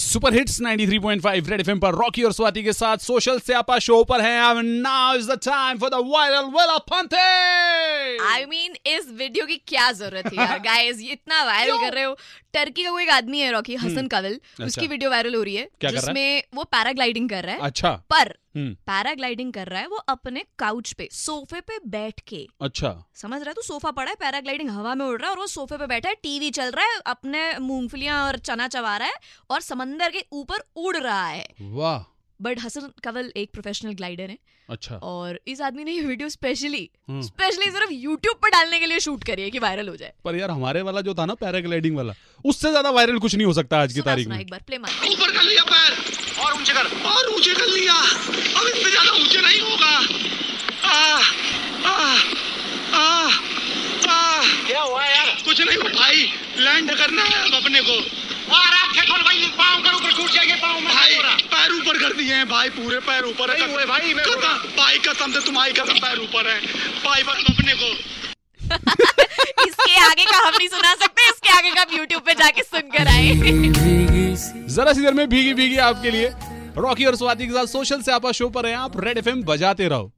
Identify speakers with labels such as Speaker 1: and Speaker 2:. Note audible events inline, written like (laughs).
Speaker 1: Super hits 93.5 red FM पर Rocky और स्वाति के साथ सोशल से आपा शो पर हैं and now is the time for the viral वेला पंथे
Speaker 2: आई मीन इस वीडियो की क्या जरूरत है
Speaker 1: (laughs)
Speaker 2: यार गाइस ये इतना वायरल कर रहे हो टर्की का कोई एक आदमी है रॉकी हसन कवल
Speaker 1: अच्छा।
Speaker 2: उसकी वीडियो वायरल हो रही
Speaker 1: क्या कर
Speaker 2: है
Speaker 1: रहा है?
Speaker 2: जिसमें वो पैराग्लाइडिंग कर रहा है
Speaker 1: अच्छा
Speaker 2: पर
Speaker 1: हम्म,
Speaker 2: पैराग्लाइडिंग कर रहा है वो अपने काउच पे सोफे पे बैठ के
Speaker 1: अच्छा
Speaker 2: समझ रहा है तू सोफा पड़ा है पैराग्लाइडिंग हवा में उड़ रहा है और वो सोफे पे बैठा है टीवी चल रहा है अपने मूंगफलियां और चना चबा रहा है और समंदर के ऊपर उड़ रहा है
Speaker 1: वाह
Speaker 2: बट हसन कवल एक प्रोफेशनल ग्लाइडर है
Speaker 1: अच्छा
Speaker 2: और इस आदमी ने ये वीडियो स्पेशली
Speaker 1: हम्म।
Speaker 2: स्पेशली सिर्फ यूट्यूब पर डालने के लिए शूट करी है कि वायरल हो जाए
Speaker 1: पर यार हमारे वाला जो था ना पैराग्लाइडिंग वाला उससे ज्यादा वायरल कुछ नहीं हो सकता आज की
Speaker 2: सुना
Speaker 1: तारीख
Speaker 2: सुना
Speaker 1: में
Speaker 2: एक बार प्ले मार
Speaker 3: ऊपर कर लिया पैर और ऊंचे कर और ऊंचे कर लिया अब इससे ज्यादा ऊंचे नहीं होगा आ, आ, आ, आ, क्या हुआ यार कुछ नहीं हुआ भाई लैंड करना है अब अपने को भाई पैर ऊपर कर दिए हैं भाई पूरे पैर ऊपर है हुए भाई मैं कसम भाई कसम से तुम्हारी कसम पैर ऊपर है भाई बस अपने को
Speaker 2: इसके आगे का हम नहीं सुना सकते इसके आगे का आप यूट्यूब पे जाके सुनकर आए
Speaker 1: जरा सी देर में भीगी भीगी आपके लिए रॉकी और स्वाति के साथ सोशल से आपा शो पर हैं आप रेड एफएम बजाते रहो